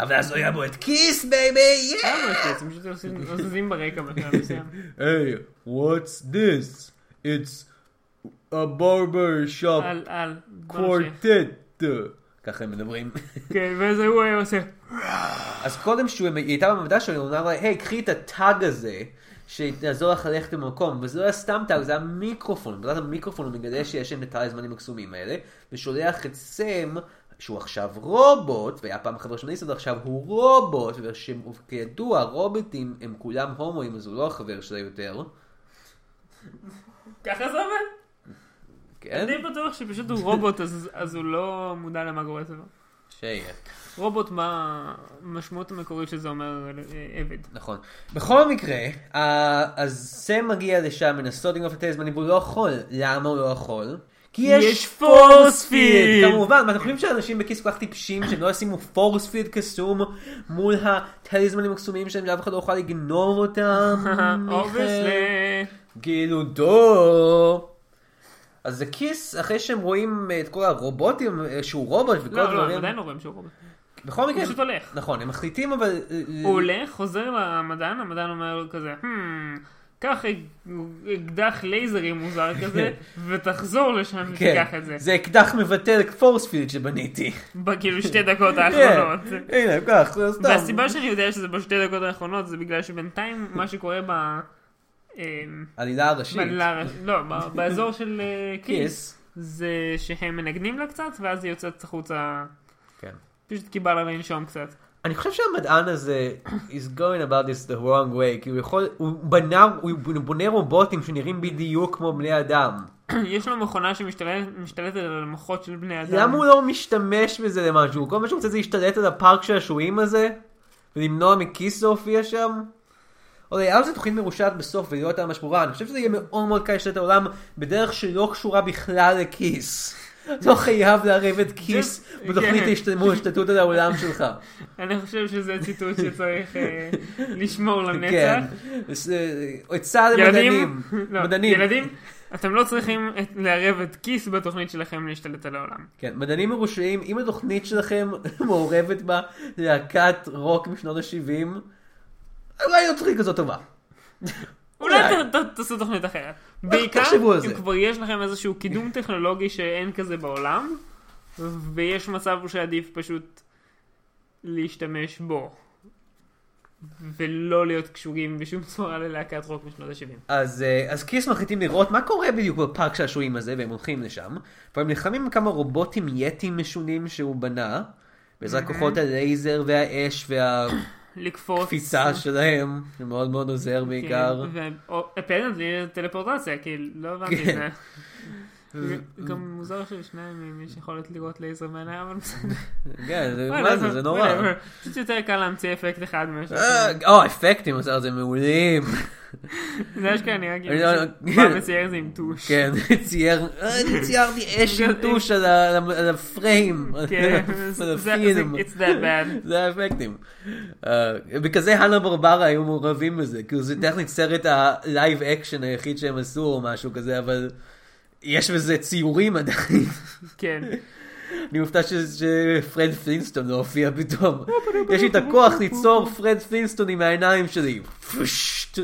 אבל אז לא היה בו את כיס, בייבי,
זה
יא!
היה משהו, הם פשוט עושים- עוזבים ברקע בשלב מסוים.
היי, what's this? It's a barber shop
על, על. בוא נמשיך.
quartet. ככה הם מדברים.
כן, ואז הוא היה עושה.
אז קודם שהוא היא הייתה במעבדה שלו, הוא אמר לה, היי, קחי את הטאג הזה, שיעזור לך ללכת במקום. וזה לא היה סתם טאג, זה היה מיקרופון. בעזרת המיקרופון הוא מגלה שיש להם את הזמנים הקסומים האלה, ושולח את סם, שהוא עכשיו רובוט, והיה פעם חבר של ניסון, עכשיו הוא רובוט, וכידוע, רובוטים הם כולם הומואים, אז הוא לא החבר שלה יותר.
ככה זה עובד?
כן?
אני בטוח שפשוט הוא רובוט, אז- אז הוא לא מודע למה קורה סביבו.
שיהיה.
רובוט, מה המשמעות המקורית שזה אומר אה, עבד?
נכון. בכל מקרה, אה, אז סם מגיע לשם, מנסות לגנוב את הזמנים, והוא לא יכול. למה הוא לא יכול? כי יש
יש
פורספיד!
פורספיד!
כמובן, מה, אתם חושבים שאנשים בכיס כל כך טיפשים שהם לא ישימו פורספיד קסום מול הטליזמנים הקסומים שלהם שאף אחד לא יוכל לגנוב
[laughs]
אותם? מיכאל?
אובייסלי.
כאילו דו! אז הכיס, אחרי שהם רואים אה, את כל הרובוטים, אה, שהוא רובוט וכל
לא, לא,
הדברים, כן.
הם עדיין לא רואים שהוא רובוט.
בכל מקרה,
הוא פשוט הולך.
נכון, הם מחליטים אבל... אה,
הוא הולך, חוזר למדען, המדען אומר לו כזה, "הם, קח אקדח לייזרי
[laughs]
מוזר כזה, ותחזור לשם ותיקח את זה.
כן. זה אקדח מבטל פורספילד
[laughs]
שבניתי.
בכאילו כאילו,
[laughs]
שתי דקות
כן,
האחרונות.
הנה, כך, זה סתם.
לא והסיבה שאני יודע שזה בשתי דקות האחרונות זה בגלל שבינתיים מה שקורה ב... אמ,
עלילה הראשית.
בלר- לא,
[laughs]
ב- באזור של אה, כיס,
כיס.
זה שהם מנגנים לה קצת, ואז היא יוצאת החוצה,
כן.
פשוט כי בא לה לנשום קצת.
אני חושב שהמדען הזה [coughs] is going about this the wrong way, כי הוא יכול, הוא בנה, הוא בונה רובוטים שנראים בדיוק כמו בני אדם.
יש לו מכונה שמשתלטת על המוחות של בני אדם.
למה הוא לא משתמש בזה למשהו? כל מה שהוא רוצה זה להשתלט על הפארק של השעועים הזה? ולמנוע מכיס להופיע שם? או לא, היה לזה תוכנית מרושעת בסוף ולא הייתה ממש ברורה, אני חושב שזה יהיה מאוד מאוד קל לשתת העולם בדרך שלא קשורה בכלל לכיס. לא חייב לערב את כיס
זה-
בתוכנית
כן.
ההשתלמות, ההשתלטות על העולם [laughs] שלך.
אני חושב שזה ציטוט שצריך אה,
[laughs]
לשמור
כן.
לנצח.
אז, אה, עצה למדענים.
ילדים, לא,
מדענים.
ילדים, אתם לא צריכים את- לערב את כיס בתוכנית שלכם להשתלט על העולם.
כן, מדענים מרושעים, אם התוכנית שלכם [laughs] מעורבת בה להקת רוק משנות ה-70, אולי לא תוכנית כזאת טובה.
אולי ת- ת- תעשו תוכנית אחרת. בעיקר
תחשבו על זה.
אם כבר יש לכם איזשהו קידום טכנולוגי שאין כזה בעולם, ויש מצב שעדיף פשוט להשתמש בו. ולא להיות קשורים בשום צורה ללהקת רוק משנות ה-70.
אז, אה, אז קיס מחליטים לראות מה קורה בדיוק בפארק שעשועים הזה, והם הולכים לשם, והם נלחמים עם כמה רובוטים יתים משונים שהוא בנה, בעזרת כוחות הלייזר והאש והקפיצה
לקפוץ. כן,
שלהם, שמאוד מאוד עוזר בעיקר.
אפרנטלי טלפורטציה, כי לא הבנתי את
כן.
זה.
[laughs]
זה גם מוזר שלשניים מהם יש יכולת לראות לייזר מהעיניים, אבל בסדר.
כן, זה-
וואלה,
מה זה, זה נורא.
whatever. פשוט יותר קל להמציא אפקט אחד מאשר...
אה, או, האפקטים עושה את זה מעולים. [laughs]
זה אשכרה נראה כאילו
כן. אני לא-
מישהו בא וצייר את זה עם
[laughs]
טוש.
כן, צייר, אה, אני ציירתי אש עם טוש על ה- על ה- על הפריים, [laughs] על
כן,
ה- על
זה- זה-
הפילם.
it's that bad.
זה האפקטים. אה, בגלל זה הנה ברברה היו מעורבים בזה, כאילו זה טכנית סרט הלייב אקשן היחיד שהם עשו או משהו כזה, אבל יש בזה ציורים עדיין. [laughs]
כן.
אני מופתע ש- שפרד פלינסטון לא הופיע פתאום. יש לי את הכוח ליצור פרד פלינסטון עם העיניים שלי. פושט.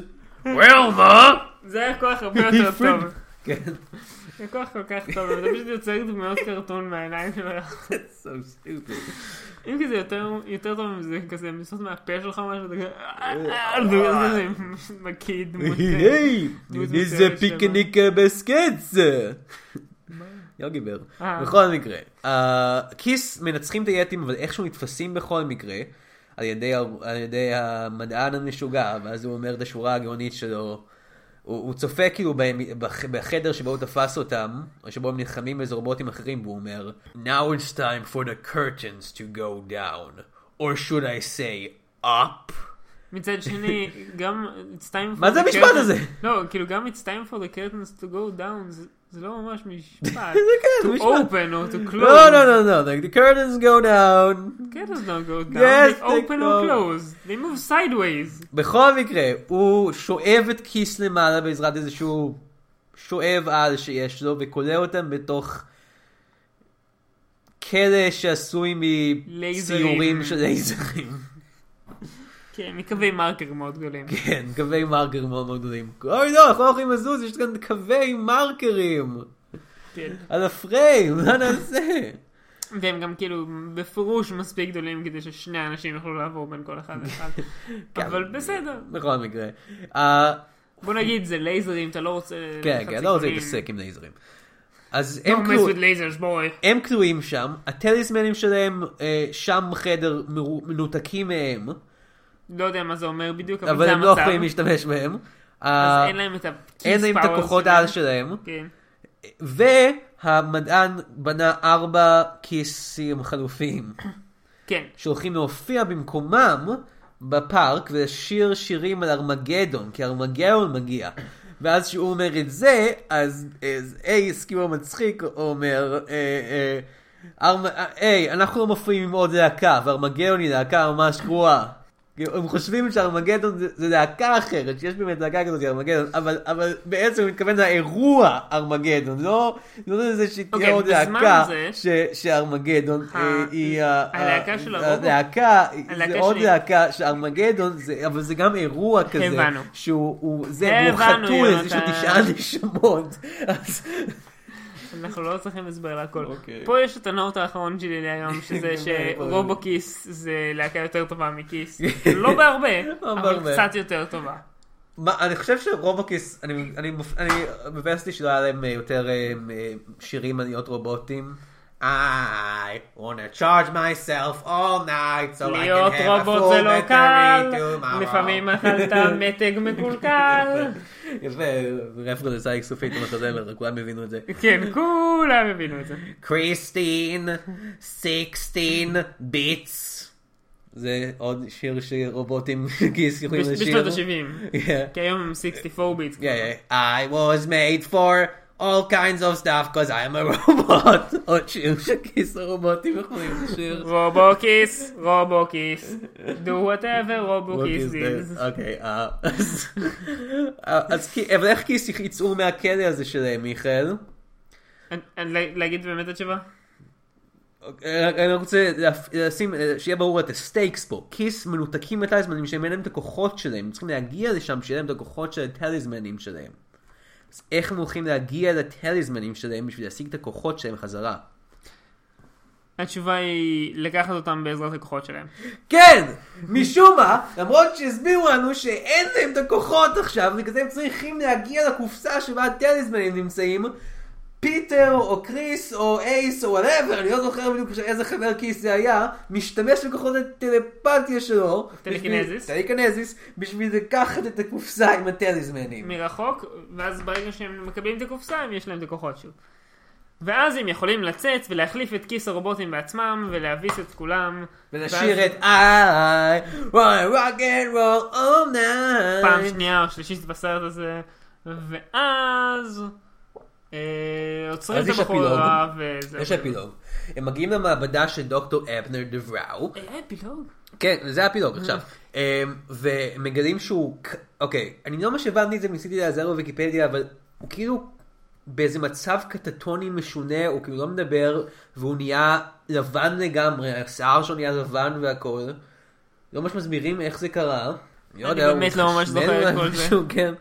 וילמה! זה היה
[laughs]
כוח הרבה יותר
פריד.
טוב.
כן, [laughs]
זה כוח כל כך טוב, אבל זה פשוט יוצר דמויות קרטון מהעיניים שלו.
so stupid.
אם כי זה יותר יותר טוב אם זה כזה מסוס מהפה שלך או משהו, אתה כזה, "אה, אה, אה", זה כזה מקיא
[laughs]
דמות.
היי,
דמות
איזה
מסוימת שלו.
פיקניק אה, בסקץ. לא גיבר.
אה.
בכל מקרה, אה, כיס מנצחים את היתים, אבל איכשהו נתפסים בכל מקרה, על ידי ה- על ידי המדען המשוגע, ואז הוא אומר את השורה הגאונית שלו. הוא, הוא צופה כאילו בהם, בח, בחדר שבו הוא תפס אותם, או שבו הם נלחמים באיזה רובוטים אחרים, והוא אומר, Now it's time for the curtains to go down, or should I say up?
מצד שני, גם it's
[laughs]
time for
מה זה
the
המשפט
curtains-
הזה?
[laughs] לא, כאילו גם it's time for the curtains to go down, זה- זה לא ממש משפט.
[laughs] [laughs] זה כן, זה
To
משפט.
open or to close.
לא, לא, לא, לא, like, the curtains go down.
Curtains don't go down,
Yes,
they
they
open
go.
or close. They move sideways.
בכל מקרה, הוא שואב את כיס למעלה בעזרת איזשהו שואב על שיש לו, וכולא אותם בתוך כלא שעשוי
לייזרים.
מסיורים של לייזרים. [laughs]
כן, מקווי מרקר מאוד גדולים.
כן, קווי מרקר מאוד מאוד גדולים. אוי לא, אנחנו לא יכולים לזוז, יש כאן קווי מרקרים
כן.
על הפריים, [laughs] מה נעשה?
והם גם כאילו בפירוש מספיק גדולים כדי ששני אנשים יוכלו לעבור בין כל אחד
[laughs]
לאחד.
כן.
אבל בסדר.
בכל מקרה. אה,
בוא נגיד זה לייזרים, אתה לא רוצה...
כן,
לחצי
כן, לא רוצה
גדולים.
להתעסק עם לייזרים. אז
Don't
הם כאילו- כלו-
mess with lasers, boy.
הם כלואים שם, הטליסמנים שלהם אה, שם בחדר מרו- מנותקים מהם,
לא יודע מה זה אומר בדיוק, אבל,
אבל
זה
הם
המצב.
לא יכולים להשתמש בהם. אה,
אז אין להם את ה...
אין להם את הכוחות העל שלהם,
כן.
והמדען בנה ארבע כיסים חלופיים,
כן.
שהולכים להופיע במקומם בפארק ולשיר שירים על ארמגדון, כי ארמגדון מגיע. ואז כשהוא אומר את זה, אז אז אייס, כאילו המצחיק, אומר, אה, אה, ארמ- אה, היי, אנחנו לא מופיעים עם עוד להקה, וארמגדון היא להקה ממש גרועה. כאילו, הם חושבים שארמגדון זה, זה להקה אחרת, שיש באמת להקה כזאת ארמגדון, אבל, אבל בעצם הוא מתכוון לאירוע ארמגדון, לא, לא לזה שתהיה
אוקיי,
עוד
בזמן
להקה
זה-
ש, שארמגדון
ה-
אה, היא ה-
הלהקה
ה-
של הרובוט?
הלהקה, זה
הלהקה
עוד
שלי.
להקה שארמגדון, זה- אבל זה גם אירוע כזה,
הבנו.
שהוא הוא- זה, הוא
הבנו,
חתול, יש לו
יונתן.
תשעה נשמות, [laughs] אז
אנחנו לא צריכים הסבר להכל.
אוקיי.
פה יש את הנוט האחרון שלי
[laughs]
להיום, שזה
כן,
שרובוקיס זה להקה יותר טובה
[laughs]
מקיס. לא בהרבה, אבל
בהרבה.
קצת יותר טובה.
מה, אני חושב שרובוקיס, אני, אני, מופ- אני מבאס לי שלא היה להם אה, יותר אה, אה, שירים על להיות רובוטים. I wanna charge myself all night so I
להיות
can have a
רובוט זה
full
לא
battery
קל,
tomorrow. [laughs]
לפעמים אכלת מתג מקולקל.
יפה, רפרנס היה סופית במחזמר, כולם הבינו את זה.
כן, כולם הבינו את זה.
קריסטין, 16 ביטס. זה עוד שיר שרובוטים [laughs] גיס יכולים
בש-
לשיר.
בשנות ה-70.
Yeah.
כי היום הם 64 ביטס.
Yeah, yeah. I was made for all kinds of stuff because I'm a [laughs] robot. עוד שיר שכיס הרובוטים יכולים
[laughs]
לשיר.
רובוקיס, רובוקיס, do whatever רובוקיס is.
אוקיי, אה, [laughs] אז- אה, אז כי- אבל איך כיס יצאו מהכלא הזה שלהם, מיכאל?
אני- אני לה- להגיד באמת את התשובה?
אה, אני רוצה להפ- לשים, אה, שיהיה ברור את הסטייקס פה. כיס מנותקים מהטליזמנים שהם אין להם את הכוחות שלהם, הם צריכים להגיע לשם שיהיה להם את הכוחות של הטליזמנים שלהם. אז איך הם הולכים להגיע לטליזמנים שלהם בשביל להשיג את הכוחות שלהם חזרה?
התשובה היא לקחת אותם בעזרת הכוחות שלהם.
כן! משום מה, למרות שהסבירו לנו שאין להם את הכוחות עכשיו, בגלל זה הם צריכים להגיע לקופסה שבה הטליסמנים נמצאים, פיטר או קריס או אייס או וואטאבר, אני לא זוכר בדיוק איזה חבר כיס זה היה, משתמש בכוחות הטלפתיה שלו,
טליקינזיס.
בשביל- טליקינזיס, בשביל לקחת את הקופסה עם הטליסמנים.
מרחוק, ואז ברגע שהם מקבלים את הקופסה, הם יש להם את הכוחות שוב. ואז הם יכולים לצאת ולהחליף את כיס הרובוטים בעצמם, ולהביס את כולם. ואז
ולשיר את I want rock and roll all night.
פעם שנייה או שלישית בסרט הזה, ואז... אה, עוצרים
אז
את
יש
הבחורה, וזהו.
יש אפילוג. הם מגיעים למעבדה של דוקטור אפנר דבראו.
היה אה, אפילוג?
כן, זה הפילוג עכשיו. אמ, ומגלים שהוא... כ- אוקיי, אני לא ממש הבנתי את זה, ניסיתי להיעזר בוויקיפדיה, אבל הוא כאילו באיזה מצב קטטוני משונה, הוא כאילו לא מדבר, והוא נהיה לבן לגמרי, השיער שלו נהיה לבן והכל. לא ממש מסבירים איך זה קרה. לא
אני
יודע, הוא
באמת לא ממש
מתחשמל
זוכר את
או
כל זה.
משהו, כן.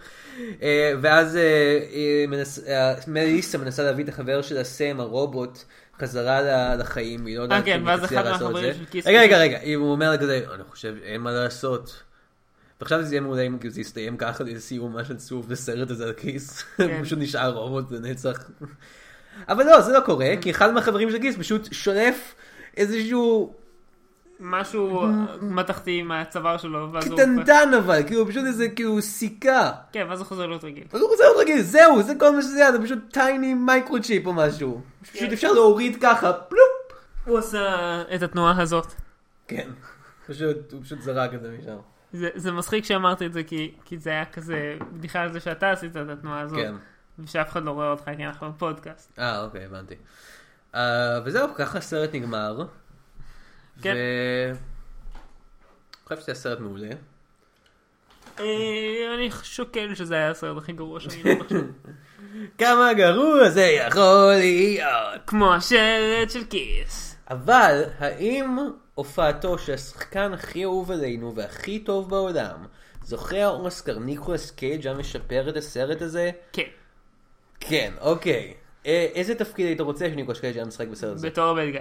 אה, ואז אה, אה, מנס- אה, מליסה מנסה להביא את החבר שלה, סם, הרובוט, חזרה ל- לחיים, היא לא יודעת
אה, כן,
אם
ואז
תצליח
אחד
לעשות את
מהחברים
זה.
של כיס-
רגע, רגע, רגע, אם הוא אומר לה כזה, אני חושב, אין מה לעשות. ועכשיו זה יהיה מעולה אם כאילו זה יסתיים ככה, זה סיום ממש עצוב לסרט הזה על כיס. [laughs]
כן.
הוא פשוט נשאר רובוט לנצח. אבל לא, זה לא קורה, כי אחד מהחברים של כיס פשוט שולף איזשהו
משהו מתכתי מהצוואר שלו, ואז הוא...
קטנטן אבל, כאילו פשוט איזה כאילו סיכה.
כן, ואז הוא חוזר להיות רגיל.
אז הוא רוצה להיות רגיל, זהו, זה כל מה שזה היה, זה פשוט טייני מייקרו-צ'יפ או משהו. פשוט אפשר להוריד ככה, פלופ.
הוא עשה את התנועה הזאת.
כן, פשוט, הוא פשוט זרק את זה משם.
זה, זה מצחיק שאמרתי את זה, כי, כי זה היה כזה בדיחה על זה שאתה עשית את התנועה הזאת,
כן.
ושאף אחד לא רואה אותך, כי אנחנו בפודקאסט.
אה, אוקיי, הבנתי. אה, וזהו, ככה הסרט נגמר.
כן.
ו- אני חושב שזה היה סרט מעולה.
אה, אני שוקל שזה היה הסרט הכי
[laughs]
גרוע שאני לא חושב.
כמה גרוע זה יכול להיות.
כמו השלט של כיס.
אבל, האם הופעתו של השחקן הכי אהוב עלינו והכי טוב בעולם, זוכה האוסקר ניקולס קייג' היה משפר את הסרט הזה?
כן,
כן, אוקיי. אה, איזה תפקיד היית רוצה שניקולס קייג' היה משחק בסרט הזה?
בתור בן גיא.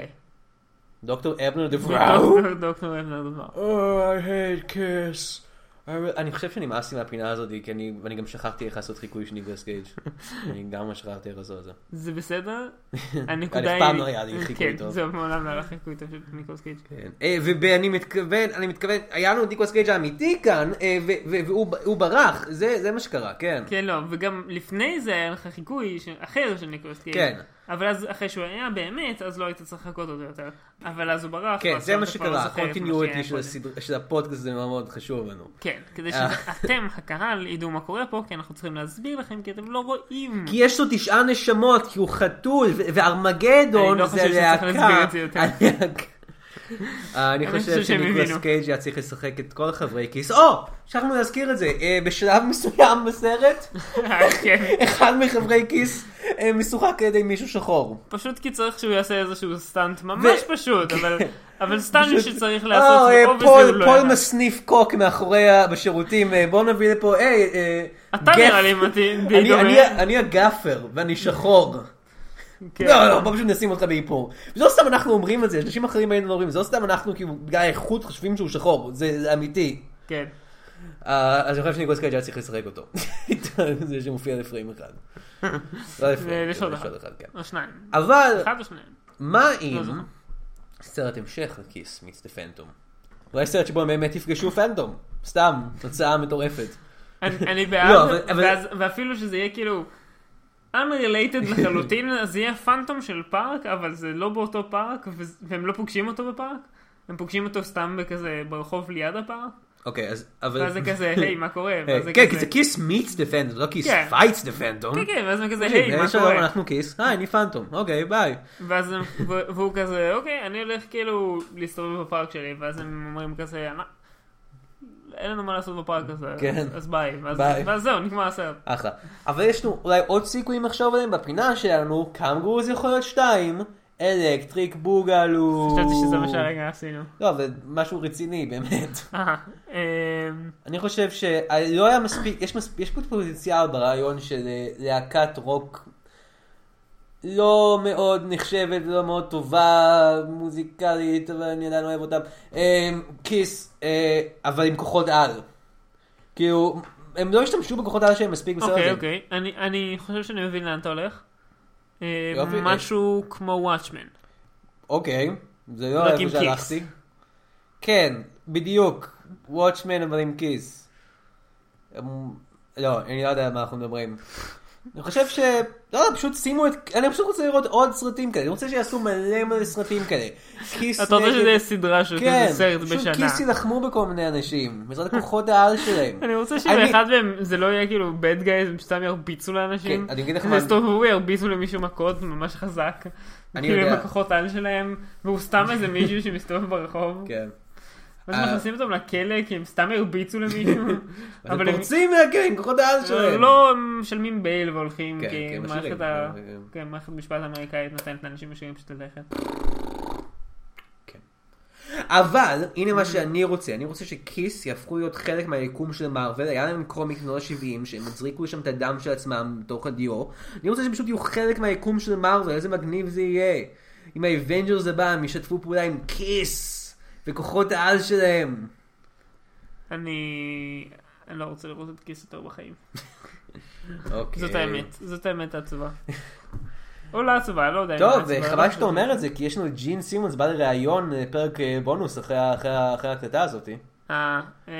דוקטור אבנר דבראו?
דוקטור- דוקטור אבנר דבר.
Oh, I hate kiss. I re- אה, אני חושב שנמאס לי מהפינה הזאת, כי אני, ואני גם שכחתי איך לעשות חיקוי של ניגלס קייג'.
[laughs]
אני גם ממש שכחתי איך לעשות את זה.
זה בסדר?
[laughs]
הנקודה
אף
היא...
פעם לא היה לי חיקוי
כן,
טוב.
זה מעולם לא היה לך חיקוי טוב של ניקולס קייג'.
כן. אה, ואני מתכוון, אני מתכוון, היה לנו את ניקלס קייג' האמיתי כאן, אה, ו- ו- והוא ב- הוא ברח, זה זה מה שקרה, כן.
כן, לא, וגם לפני זה היה לך חיקוי ש- אחר של ניקולס קייג'.
כן.
אבל אז אחרי שהוא היה באמת, אז לא היית צריך לחכות אותו יותר. אבל אז הוא ברח.
כן,
אז
זה מה
אתה כבר לא
שקרה,
זוכר את מה שהיה
הקונטיניוטי של אה.
קודם.
הסדר- של הפודקאסט הזה מאוד מאוד חשוב לנו.
כן, כדי שאתם, הקהל, ידעו מה קורה פה, כי אנחנו צריכים להסביר לכם, כי אתם לא רואים.
כי יש לו תשעה נשמות, כי הוא חתול, ו- וארמגדון
אני לא
זה
חושב שצריך
להקה.
להסביר את זה יותר.
הלהקה. אה, אני
[laughs] אני
חושב
חושב שהם
שניקולס
הבינו.
קייג' היה צריך לשחק את כל חברי כיס. או! שכחנו להזכיר את זה. אה, בשלב מסוים בסרט,
[laughs]
[laughs]
כן.
אחד מחברי כיס אה, משוחק על ידי מישהו שחור.
פשוט כי צריך שהוא יעשה איזשהו סטאנט ממש
ו- [laughs]
פשוט, אבל- אבל סטאנט
פשוט-
שצריך
אה,
לעשות,
אה,
זה או וזה הוא
פול-
לא
פול
ידע.
מסניף קוק מאחורי ה- בשירותים. אה, בוא נביא לפה, היי, אה,
אתה
גף.
נראה לי מתאים, די
אני-
דומה.
אני ה- אני הגאפר, ואני שחור.
כן.
לא, לא, בוא פשוט נשים אותך באיפור. לא סתם אנחנו אומרים את זה, אנשים אחרים היינו אומרים, זה לא סתם אנחנו כאילו בגלל האיכות חושבים שהוא שחור, זה זה אמיתי.
כן.
אה, אז אני חושב שניקולס קייג' היה צריך לשחק אותו. [laughs] זה שמופיע לפריים אחד. לא לפריים,
ולשוד
לשוד
אחד.
כן.
או שניים.
אבל,
אחד או שניים.
מה
לא
אם
זוכר.
סרט המשך לכיס מיץ דה פנטום? אולי סרט שבו הם באמת יפגשו פנטום, סתם, תוצאה מטורפת. [laughs]
אני אני
לא,
בעד,
אבל- אבל-
ואז- ואפילו שזה יהיה כאילו unrelated לחלוטין, אז זה יהיה פאנטום של פארק, אבל זה לא באותו פארק, וזה- והם לא פוגשים אותו בפארק, הם פוגשים אותו סתם בכזה ברחוב ליד הפארק,
אוקיי, אז, אבל...
ואז זה כזה,
[laughs]
היי, מה קורה?
אה,
ואז זה
כן,
כזה-
כי זה כיס מיץ דה פנטום, לא כיס
כן.
פייטס דה פנטום.
כן, כן, ואז הם
[laughs]
כזה,
תקשיב,
היי, מה
שלום,
קורה?
אנחנו כיס, היי, אני פנטום, אוקיי, ביי.
ואז הם, ו- והוא כזה, אוקיי, אני הולך כאילו להסתובב בפארק שלי, ואז הם אומרים כזה, "מה? אין לנו מה לעשות בפארק הזה,
כן.
אז ביי, ואז-
ביי.
ואז זהו, נגמר הסרט.
אחלה. אבל יש לנו אולי עוד סיכויים לחשוב עליהם בפינה שלנו, קנגורו זה יכול להיות שתיים, אלקטריק בוגלו.
חשבתי שזה מה שהרגע עשינו. [laughs]
לא, אבל משהו רציני, באמת.
אה, אמ,
אני חושב שלא היה מספיק, יש, מספ... יש פה פוטנציאל ברעיון של אה, להקת רוק, לא מאוד נחשבת, לא מאוד טובה, מוזיקלית, אבל אני עדיין אוהב אותם. אמ, כיס, אה, אבל עם כוחות על. כאילו, הם לא השתמשו בכוחות על שלהם מספיק בסרט
אוקיי,
הזה.
אוקיי. אני- אני חושב שאני מבין לאן אתה הולך. אה,
יופי, אה.
משהו כמו וואטשמן.
אוקיי, זה לא
רק
איפה
עם
שהלכתי.
כיס.
כן, בדיוק, וואטשמן אבל עם כיס. אמ, לא, אני לא יודע על מה אנחנו מדברים. אני חושב ש... לא, יודע, פשוט שימו את... אני פשוט רוצה לראות עוד סרטים כאלה, אני רוצה שיעשו מלא מלא סרטים כאלה. כיס
אתה רוצה
נגד-
שזה יהיה סדרה של
כן,
כזה סרט
פשוט
בשנה.
כיס יילחמו בכל מיני אנשים, בעזרת כוחות העל שלהם.
[laughs] אני רוצה
אני-
שבאחד מהם זה לא יהיה כאילו bad guys, הם סתם ירביצו לאנשים.
כן, אני אגיד לך מה-
הם יסתובבו, ירביצו למישהו מכות ממש חזק.
אני
כאילו עם
יודע.
הכוחות על שלהם, והוא סתם איזה מישהו שמסתובב ברחוב.
כן.
ואז
אה.
מכניסים אותם לכלא כי הם סתם
[laughs]
הרביצו למישהו.
אז
אבל
הם
הם
פורצים מהקרן, עם כוחות העל
אבל
שלהם.
לא, הם משלמים בייל והולכים,
כן,
כי
כן,
מערכת
משאירים.
ה-
אה,
כן, מערכת המשפט האמריקאית נותנת לאנשים משאירים פשוט ללכת.
אבל, הנה מה שאני רוצה, אני רוצה שכיס יהפכו להיות חלק מהיקום של מארוול, היה להם קומיק משנות ה-70, שהם הזריקו לשם את הדם של עצמם בתוך הדיו, אני רוצה שהם פשוט יהיו חלק מהיקום של מארוול, איזה מגניב זה יהיה. אם האבנג'רס הבא, הם ישתפו פעולה עם כיס, וכוחות העל שלהם.
אני... אני לא רוצה לראות את כיס יותר בחיים.
אוקיי.
זאת האמת, זאת האמת העצובה. או לא עצובה, לא יודע. אם
טוב,
העצובה,
חבל
לא
שאתה
עצובה.
אומר את זה, כי יש לנו את ג'ין סימונס בא לראיון אה, פרק אה, בונוס אחרי ה- אחרי ה- אחרי ההקלטה הזאת.
אה, אה,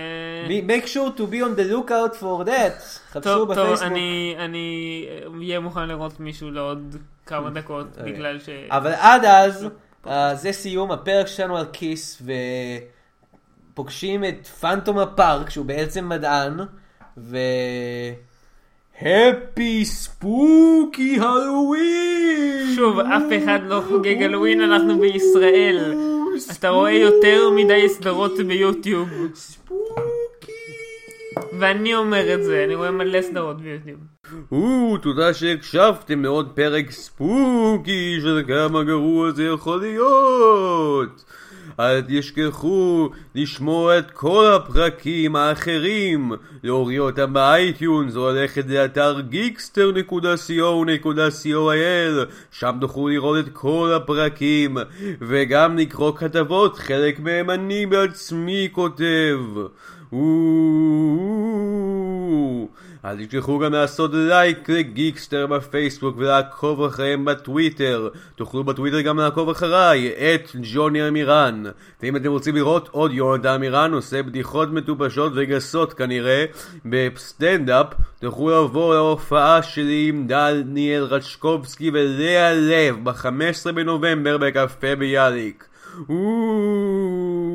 Be- make sure to be on the lookout for that. חפשו
טוב, טוב,
בפייסבוק.
אני אני, אה, אהיה מוכן לראות מישהו לעוד כמה דקות,
אוקיי.
בגלל ש...
אבל עד
לא.
אז, אה, זה סיום הפרק שלנו על כיס, ופוגשים את פנטום הפארק, שהוא בעצם מדען, ו... הפי ספוקי הלווין!
שוב, אף אחד לא חוגג הלווין, אנחנו בישראל. אתה רואה יותר מדי סדרות ביוטיוב,
ספוקי!
ואני אומר את זה, אני רואה מלא סדרות ביוטיוב.
או, תודה שהקשבתם לעוד פרק ספוקי של כמה גרוע זה יכול להיות. אל תשכחו לשמוע את כל הפרקים האחרים, להוריד אותם באייטיונס או ללכת לאתר geekster.co.il, שם תוכלו לראות את כל הפרקים, וגם לקרוא כתבות, חלק מהם אני בעצמי כותב. או, אל תשכחו גם לעשות לייק לגיקסטר בפייסבוק ולעקוב אחריהם בטוויטר. תוכלו בטוויטר גם לעקוב אחריי, את ג'וני אמירן. ואם אתם רוצים לראות עוד יונתן אמירן עושה בדיחות מטופשות וגסות כנראה בסטנדאפ, תוכלו לבוא להופעה שלי עם דניאל רשקובסקי ולאה לב ב-15 בנובמבר בקפה ביאליק. אוו.